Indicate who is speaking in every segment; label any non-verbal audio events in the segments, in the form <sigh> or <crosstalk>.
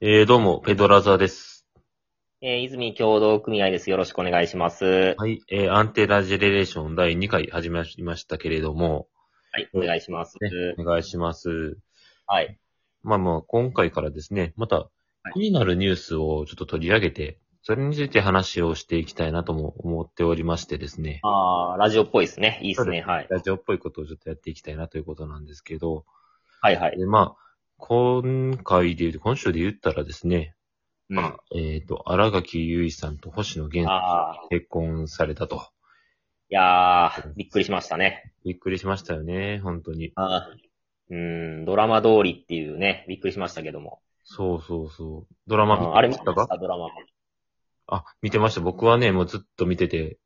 Speaker 1: えー、どうも、ペドラザです。
Speaker 2: えー、泉協同組合です。よろしくお願いします。
Speaker 1: はい、えー、アンテナジェネレーション第2回始まりましたけれども、
Speaker 2: はい、お願いします。
Speaker 1: お願いします。
Speaker 2: はい。
Speaker 1: まあまあ、今回からですね、また
Speaker 2: い、
Speaker 1: 気になるニュースをちょっと取り上げて、それについて話をしていきたいなとも思っておりましてですね、
Speaker 2: あー、ラジオっぽいですね。いいですね。はい。
Speaker 1: ラジオっぽいことをちょっとやっていきたいなということなんですけど、
Speaker 2: はいはい。
Speaker 1: でまあ、今回で言うと、今週で言ったらですね、
Speaker 2: うん。あ
Speaker 1: えっ、と、荒垣結衣さんと星野源さ
Speaker 2: あ
Speaker 1: ん結婚されたと。
Speaker 2: ー、いやー、びっくりしましたね。
Speaker 1: びっくりしましたよね、本当に。
Speaker 2: あーうーん、ドラマ通りっていうね、びっくりしましたけども。
Speaker 1: そうそうそう。ドラマ
Speaker 2: ー
Speaker 1: 見
Speaker 2: あれ
Speaker 1: て
Speaker 2: 見
Speaker 1: ま
Speaker 2: て
Speaker 1: した
Speaker 2: ま
Speaker 1: か
Speaker 2: したドラマ。
Speaker 1: あ、見てました。僕はね、もうずっと見てて、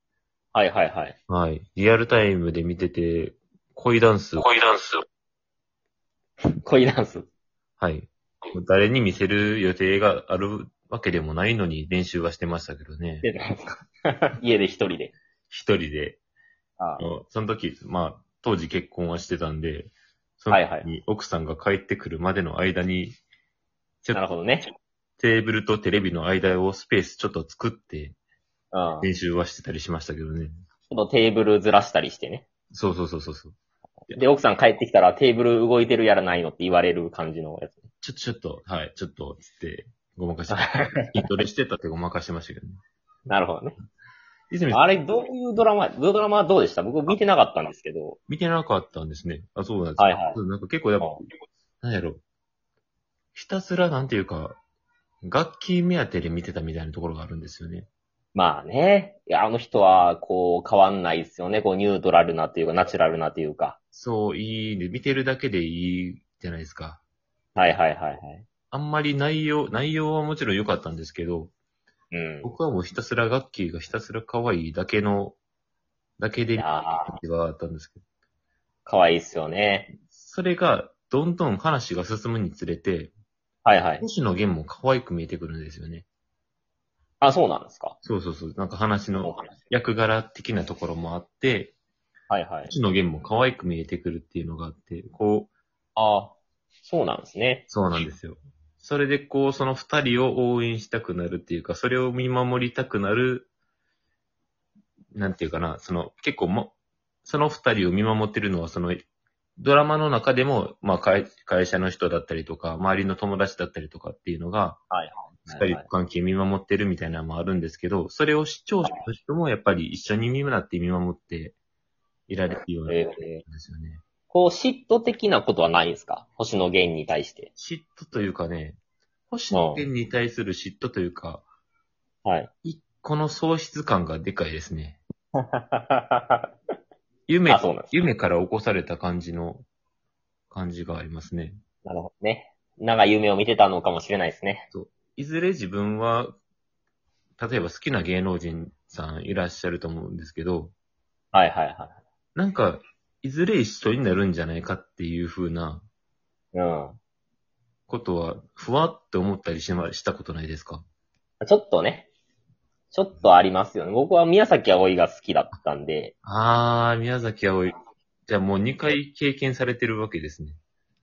Speaker 2: はいはいはい。
Speaker 1: はい。リアルタイムで見てて、恋ダンス。恋ダンス。
Speaker 2: 恋ダンス。
Speaker 1: はい。誰に見せる予定があるわけでもないのに練習はしてましたけどね。
Speaker 2: 出てますか <laughs> 家で一人で。
Speaker 1: 一人で。
Speaker 2: あ
Speaker 1: あのその時、まあ、当時結婚はしてたんで、その
Speaker 2: はい
Speaker 1: 時に奥さんが帰ってくるまでの間に、ち
Speaker 2: ー
Speaker 1: ょ
Speaker 2: な
Speaker 1: っ
Speaker 2: る
Speaker 1: と
Speaker 2: ほどね。
Speaker 1: テーブルとテレビの間をスペースちょっと作って
Speaker 2: うん。ち
Speaker 1: 練習はしてたりしましたけどね。
Speaker 2: ょっとテーブルずらしたりしてね。
Speaker 1: そうそうそうそうそう。
Speaker 2: で、奥さん帰ってきたらテーブル動いてるやらないのって言われる感じのやつ。
Speaker 1: ちょっと、ちょっと、はい、ちょっと、つって、ごまか
Speaker 2: <laughs>
Speaker 1: して、筋トレしてたってごまかしてましたけどね。
Speaker 2: なるほどね。
Speaker 1: 泉さん、
Speaker 2: <laughs> あれ、どういうドラマ、ドラマはどうでした僕見てなかったんですけど。
Speaker 1: 見てなかったんですね。あ、そうなんです
Speaker 2: はいはい
Speaker 1: そうなんか結構やっぱ
Speaker 2: うん、
Speaker 1: なんやろ。ひたすら、なんていうか、楽器目当てで見てたみたいなところがあるんですよね。
Speaker 2: まあね。いや、あの人は、こう、変わんないですよね。こう、ニュートラルなというか、ナチュラルなというか。
Speaker 1: そう、いいね。見てるだけでいいじゃないですか。
Speaker 2: はいはいはいはい。
Speaker 1: あんまり内容、内容はもちろん良かったんですけど、
Speaker 2: うん。
Speaker 1: 僕はもうひたすら楽器がひたすら可愛いだけの、だけで
Speaker 2: い
Speaker 1: 見て
Speaker 2: やー、
Speaker 1: た時があったんですけど、
Speaker 2: 可愛いですよね。
Speaker 1: それが、どんどん話が進むにつれて、
Speaker 2: はいはい。
Speaker 1: 星野源も可愛く見えてくるんですよね。
Speaker 2: あ、そうなんですか。
Speaker 1: そうそうそう。なんか話
Speaker 2: そう
Speaker 1: の
Speaker 2: なんです
Speaker 1: 役柄的なところもあって、
Speaker 2: はいはい。
Speaker 1: 星野源も可愛く見えてくるっていうのがあって、こう、
Speaker 2: あそうなんですね。
Speaker 1: そうなんですよ。それでこう、その二人を応援したくなるっていうか、それを見守りたくなる、なんていうかな、その、結構も、その二人を見守ってるのは、その、ドラマの中でも、まあ会、会社の人だったりとか、周りの友達だったりとかっていうのが、二
Speaker 2: はい
Speaker 1: 人
Speaker 2: は
Speaker 1: の
Speaker 2: い
Speaker 1: 関係見守ってるみたいなのもあるんですけど、それを視聴者の人もやっぱり一緒に見守って見守っていられるようにな
Speaker 2: え
Speaker 1: る
Speaker 2: ー
Speaker 1: んですよね。
Speaker 2: こう、嫉妬的なことはないんですか星野源に
Speaker 1: <laughs>
Speaker 2: 対して。
Speaker 1: 嫉妬というかね、星野源に対する嫉妬というか、
Speaker 2: はい。
Speaker 1: 一個の喪失感がでかいですね。
Speaker 2: あ、
Speaker 1: 夢、
Speaker 2: そうなんです。
Speaker 1: 夢から起こされた感じの、感じがありますね。
Speaker 2: なるほどね。長い夢を見てたのかもしれないですね。
Speaker 1: いずれ自分は、例えば好きな芸能人さんいらっしゃると思うんですけど、
Speaker 2: はいはいはい。
Speaker 1: なんか、いずれ一緒になるんじゃないかっていう風な、
Speaker 2: うん。
Speaker 1: ことは、ふわって思ったりしま、したことないですか
Speaker 2: ちょっとね、ちょっとありますよね。僕は宮崎葵が好きだったんで、
Speaker 1: あー、宮崎葵。じゃあもう2回経験されてるわけですね。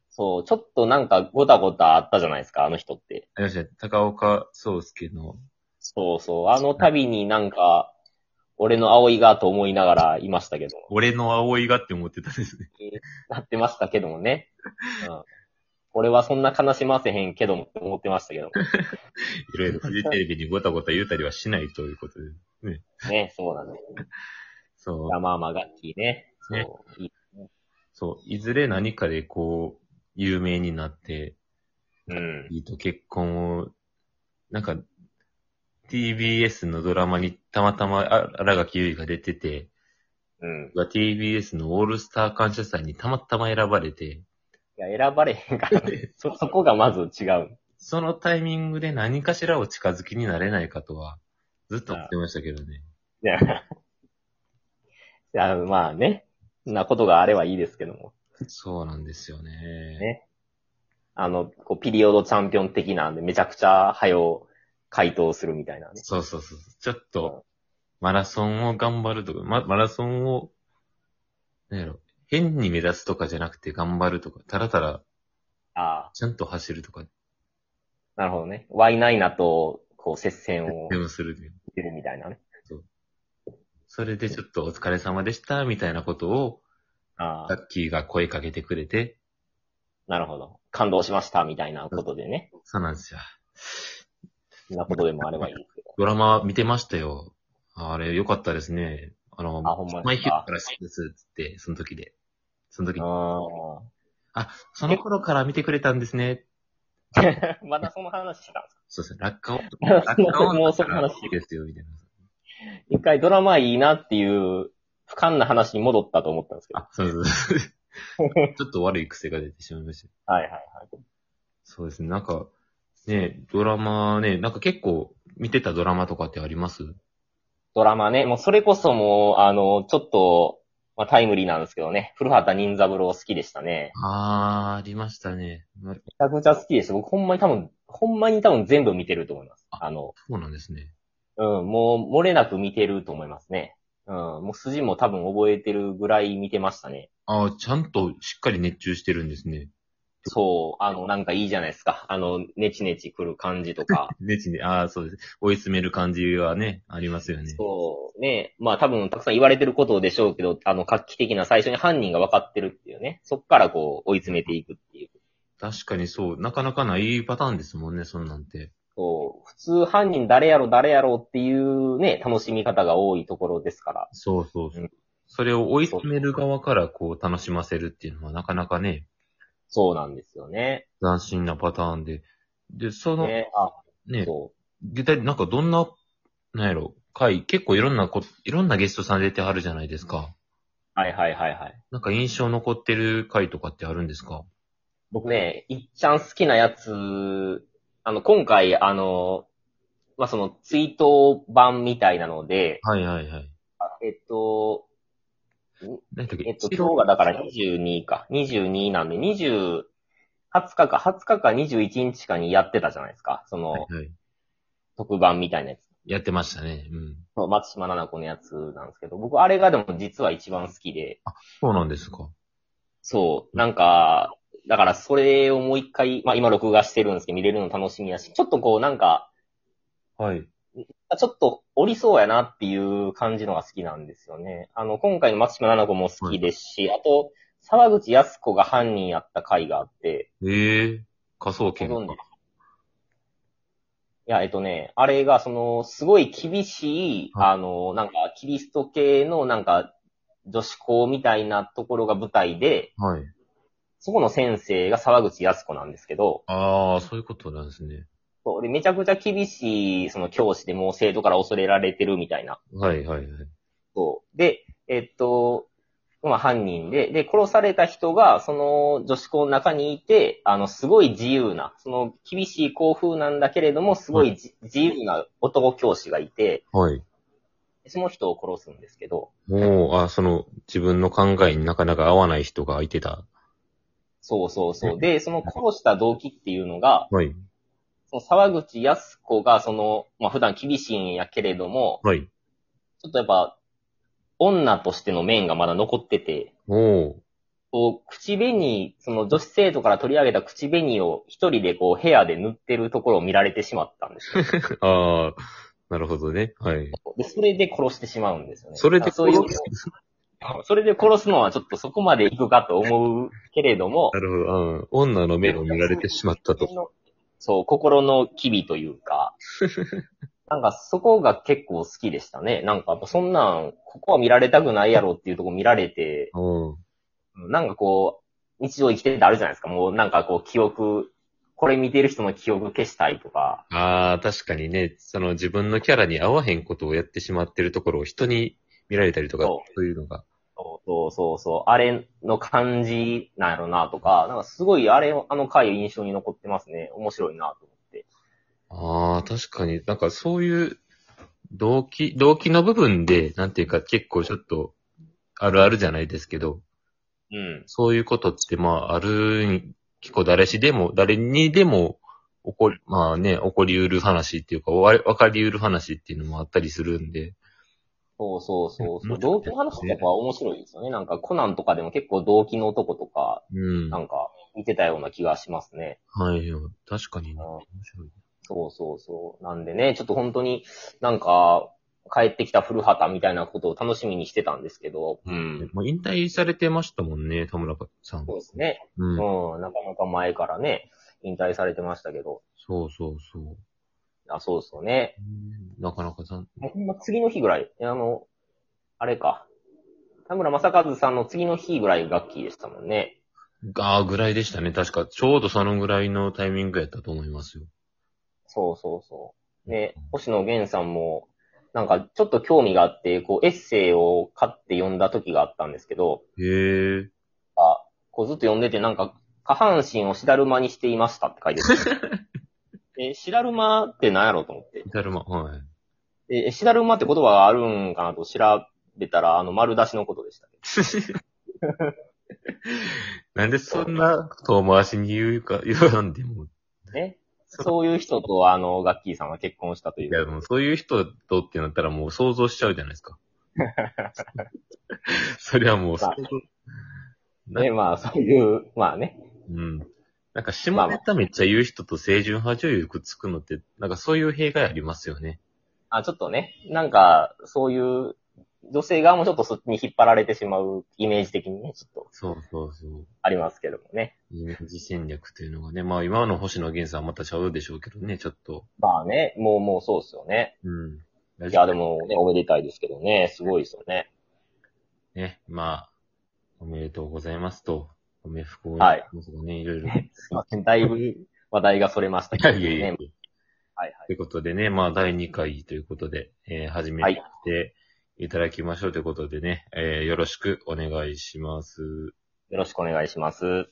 Speaker 2: そう、ちょっとなんかごたごたあったじゃないですか、あの人って。
Speaker 1: ありましたね。高岡壮介の、
Speaker 2: そうそう、あの度になんか、俺の葵がと思いながらいましたけど、
Speaker 1: 俺の葵がって思ってたんですね。 <laughs>
Speaker 2: なってましたけどもね。うん。俺はそんな悲しませへんけどもって思ってましたけども。
Speaker 1: いろいろフジテレビにごたごた言うたりはしないということで。
Speaker 2: ね、そうなんです。
Speaker 1: そう。
Speaker 2: まあまあ、楽器ね。
Speaker 1: ね
Speaker 2: そう。いい
Speaker 1: そう。いずれ何かでこう、有名になって、
Speaker 2: うん。
Speaker 1: いいと結婚を、なんか、TBS のドラマにたまたまあ新垣結衣が出てて、
Speaker 2: うん。
Speaker 1: が TBS のオールスター感謝祭にたまたま選ばれて、
Speaker 2: いや、選ばれへんからね。そ、そこがまず違う。
Speaker 1: そのタイミングで何かしらを近づきになれないかとは、ずっと思ってましたけどね。
Speaker 2: いや、いやま <laughs> あね、そんなことがあればいいですけども。
Speaker 1: そうなんですよね。
Speaker 2: ねあの、こうピリオドチャンピオン的なんで、めちゃくちゃ早う回答するみたいなね。
Speaker 1: そうそうそう。ちょっと、マラソンを頑張るとか、ま、マラソンを、なんやろ、変に目指すとかじゃなくて頑張るとか、たらたら
Speaker 2: あ
Speaker 1: ちゃんと走るとか、
Speaker 2: なるほどね。ワイナイナと、こう、接戦を
Speaker 1: でもするという。
Speaker 2: 出るみたいなね。
Speaker 1: それでちょっとお疲れ様でした、みたいなことを、
Speaker 2: あ
Speaker 1: ラ
Speaker 2: あ、
Speaker 1: ッキーが声かけてくれて、
Speaker 2: なるほど。感動しました、みたいなことでね。
Speaker 1: そうなんですよ。
Speaker 2: そんなことでもあればいいですけど。
Speaker 1: ドラマ見てましたよ。あれ、良かったですね。あの、
Speaker 2: あほんまですか
Speaker 1: マイヒルから好きですっつって、その時で。その時に、
Speaker 2: あ
Speaker 1: その頃から見てくれたんですね。
Speaker 2: ー <laughs> まだその話したんですか
Speaker 1: そうですね。落下音。
Speaker 2: <laughs> もう
Speaker 1: 落下音
Speaker 2: も
Speaker 1: だっ
Speaker 2: う
Speaker 1: た
Speaker 2: その
Speaker 1: ら
Speaker 2: 話
Speaker 1: 好きですよ、みたいな。
Speaker 2: 一回ドラマいいなっていう、不瞰な話に戻ったと思ったんですけど。
Speaker 1: あ、そうそうそう。
Speaker 2: <laughs>
Speaker 1: ちょっと悪い癖が出てしまいました。
Speaker 2: はいはいはい。
Speaker 1: そうですね。なんか、ね、ドラマね、なんか結構見てたドラマとかってあります
Speaker 2: ドラマね、もうそれこそもう、あの、ちょっと、まあ、タイムリーなんですけどね、古畑任三郎好きでしたね。
Speaker 1: あー、ありましたね。なそ
Speaker 2: めちゃくちゃ好きでした。僕ほんまに多分、ほんまに多分全部見てると思います。
Speaker 1: あ
Speaker 2: あの、
Speaker 1: うなんですね。
Speaker 2: うん、もう漏れなく見てると思いますね。うん、もう筋も多分覚えてるぐらい見てましたね。
Speaker 1: あー、ちゃんとしっかり熱中してるんですね。
Speaker 2: そう、あの、なんかいいじゃないですか。あの、ネチネチ来る感じとか。
Speaker 1: ねちね、ああ、そうです。追い詰める感じはね、ありますよね。
Speaker 2: そう、ね。まあ多分たくさん言われてることでしょうけど、あの、画期的な最初に犯人が分かってるっていうね。そっからこう、追い詰めていくっていう。
Speaker 1: 確かにそう。なかなかないパターンですもんね、そんなんて。
Speaker 2: そう、普通犯人誰やろ誰やろっていうね、楽しみ方が多いところですから。。
Speaker 1: そうそうそううんそれを追い詰める側からこう楽しませるっていうのはなかなかね、
Speaker 2: そうなんですよね。
Speaker 1: 斬新なパターンで。で、その、
Speaker 2: ね、あ、
Speaker 1: ね、
Speaker 2: そ
Speaker 1: 具体的になんかどんな、なんやろ、回、結構いろんなこ、いろんなゲストさん出てはるじゃないですか。
Speaker 2: う。はいはいはいはい。
Speaker 1: なんか印象残ってる回とかってあるんですか
Speaker 2: 僕ね、いっちゃん好きなやつ、あの、今回、あの、まあ、その、追悼版みたいなので、
Speaker 1: はいはいはい。
Speaker 2: えっと、
Speaker 1: 何だっけ
Speaker 2: えっと、
Speaker 1: 一
Speaker 2: 今
Speaker 1: 郎
Speaker 2: 日がだから22か、22なんで、20、20日か、20日か21日かにやってたじゃないですか。そ
Speaker 1: はい
Speaker 2: の、
Speaker 1: はい。
Speaker 2: 特番みたいなやつ。
Speaker 1: やってましたね。うん。
Speaker 2: そう松島奈々子のやつなんですけど、僕あれがでも実は一番好きで、
Speaker 1: そうなんですか。
Speaker 2: そう、なんか、だからそれをもう一回、まあ今録画してるんですけど、見れるの楽しみやし、ちょっとこうなんか、
Speaker 1: はい。
Speaker 2: あちょっとおりそうやなっていう感じのが好きなんですよね。あの、今回の松島奈々子も好きですし、あと、沢口康子が犯人やった回があって、
Speaker 1: ええ仮想
Speaker 2: ご
Speaker 1: 研
Speaker 2: 存知
Speaker 1: か
Speaker 2: い。や、えっとね、あれが、その、すごい厳しい、
Speaker 1: はい
Speaker 2: あの、なんか、キリスト系の、なんか、女子校みたいなところが舞台で、
Speaker 1: はい。
Speaker 2: そこの先生が沢口康子なんですけど、
Speaker 1: ああ、そういうことなんですね。
Speaker 2: そうでめちゃくちゃ厳しい、その教師でもう生徒から恐れられてるみたいな。
Speaker 1: はいはいはい。
Speaker 2: そうで、えっと、まあ犯人で、で、殺された人が、その女子校の中にいて、あの、すごい自由な、その厳しい校風なんだけれども、すごいじ自由な男教師がいて、
Speaker 1: はい。
Speaker 2: その人を殺すんですけど、
Speaker 1: もう、あ、その、自分の考えになかなか合わない人がいてた。
Speaker 2: そうそうそう。で、その殺した動機っていうのが、
Speaker 1: はい。
Speaker 2: その沢口康子が、その、まあ普段厳しいんやけれども、
Speaker 1: はい。
Speaker 2: ちょっとやっぱ、女としての面がまだ残ってて、
Speaker 1: おー。
Speaker 2: こう、口紅、その女子生徒から取り上げた口紅を一人でこう部屋で塗ってるところを見られてしまったんですよ。
Speaker 1: ああ、なるほどね。はい。
Speaker 2: で、それで殺してしまうんですよね。
Speaker 1: それで
Speaker 2: そういう
Speaker 1: 殺す、
Speaker 2: <laughs> それで殺すのはちょっとそこまでいくかと思うけれども
Speaker 1: な、るほど。うん。女の目を見られてしまったと。
Speaker 2: そう、心の機微というか、なんかそこが結構好きでしたね。なんかやっぱそんなん、ここは見られたくないやろっていうとこ見られて、
Speaker 1: <laughs> うん。
Speaker 2: なんかこう、日常生きててあるじゃないですか。もうなんかこう、記憶、これ見てる人の記憶消したいとか。
Speaker 1: ああ、確かにね、その自分のキャラに合わへんことをやってしまってるところを人に見られたりとか、
Speaker 2: そ
Speaker 1: そういうのが。
Speaker 2: そうそうそうそう。あれの感じなんやろなとか、なんかすごいあれ、あの回印象に残ってますね。面白いなと思って。
Speaker 1: ああ、確かになんかそういう動機、動機の部分で、なんていうか結構ちょっとあるあるじゃないですけど、
Speaker 2: うん。
Speaker 1: そういうことってまああるん、結構誰しでも、誰にでも起こり、まあね、起こりうる話っていうか、わわかりうる話っていうのもあったりするんで、
Speaker 2: そうそうそう
Speaker 1: う
Speaker 2: そ
Speaker 1: ん
Speaker 2: う。動機の話とかは面白いですよね。なんかコナンとかでも結構動機の男とか、
Speaker 1: うん
Speaker 2: な。んか、見てたような気がしますね。
Speaker 1: はい。確かに、
Speaker 2: うん
Speaker 1: ね、面白い。
Speaker 2: そうそうそう。なんでね、ちょっと本当になんか、帰ってきた古畑みたいなことを楽しみにしてたんですけど、うん。
Speaker 1: まあ、引退されてましたもんね、田村さん。
Speaker 2: そうですね。
Speaker 1: うん。
Speaker 2: うん、なかなか前からね、引退されてましたけど、
Speaker 1: そうそうそう。
Speaker 2: あ、そうですよね。
Speaker 1: なかなか残
Speaker 2: もうほんま次の日ぐらい、あの、あれか。田村正和さんの次の日ぐらいガッキーでしたもんね。
Speaker 1: あーぐらいでしたね。確か、ちょうどそのぐらいのタイミングやったと思いますよ。
Speaker 2: そうそうそう。で、星野源さんも、なんかちょっと興味があって、こうエッセイを買って読んだ時があったんですけど、
Speaker 1: へえ。
Speaker 2: あこうずっと読んでてなんか、下半身をしだるまにしていましたって書いてた。え、しだるまって何やろうと思って。
Speaker 1: だるま、はい。
Speaker 2: え、えしだるまって言葉があるんかなと調べたら、あの、丸出しのことでしたね。
Speaker 1: なんでそんな遠回しに言うか、言わんでも。
Speaker 2: ね。
Speaker 1: そう
Speaker 2: そういう人と、あの、ガッキーさんは結婚したとい。
Speaker 1: いう <laughs> や、でもそういう人とってなったらもう想像しちゃうじゃないです <laughs> か。それはもう、
Speaker 2: まあ
Speaker 1: な
Speaker 2: ね、まあ、そういう、まあね。
Speaker 1: うん。なんか下ネタめっちゃ言う人と清純派女優くっつくのって、なんかそういう弊害ありますよね。
Speaker 2: あ、ちょっとね、なんか、そういう、女性側もちょっとそっちに引っ張られてしまうイメージ的にね、ちょっと
Speaker 1: そうそうそう。
Speaker 2: ありますけどもね。
Speaker 1: イメージ戦略というのがね、まあ今の星野源さんはまたちゃうでしょうけどね、ちょっと。
Speaker 2: まあね、もうもうそうですよね。
Speaker 1: うん。
Speaker 2: いや、でもね、おめでたいですけどね、すごいですよね。
Speaker 1: ね、まあ、おめでとうございますと、おめふこ
Speaker 2: はい
Speaker 1: ますがね、いろ
Speaker 2: <laughs>
Speaker 1: いろ。
Speaker 2: すいませんだいぶ話題がそれました
Speaker 1: い
Speaker 2: け
Speaker 1: や
Speaker 2: ど
Speaker 1: い
Speaker 2: ね。
Speaker 1: やいや。
Speaker 2: はい
Speaker 1: ということでね、まあ、第2回ということで、えー始めていただきましょうということでね、えーよろしくお願いします。
Speaker 2: よろしくお願いします。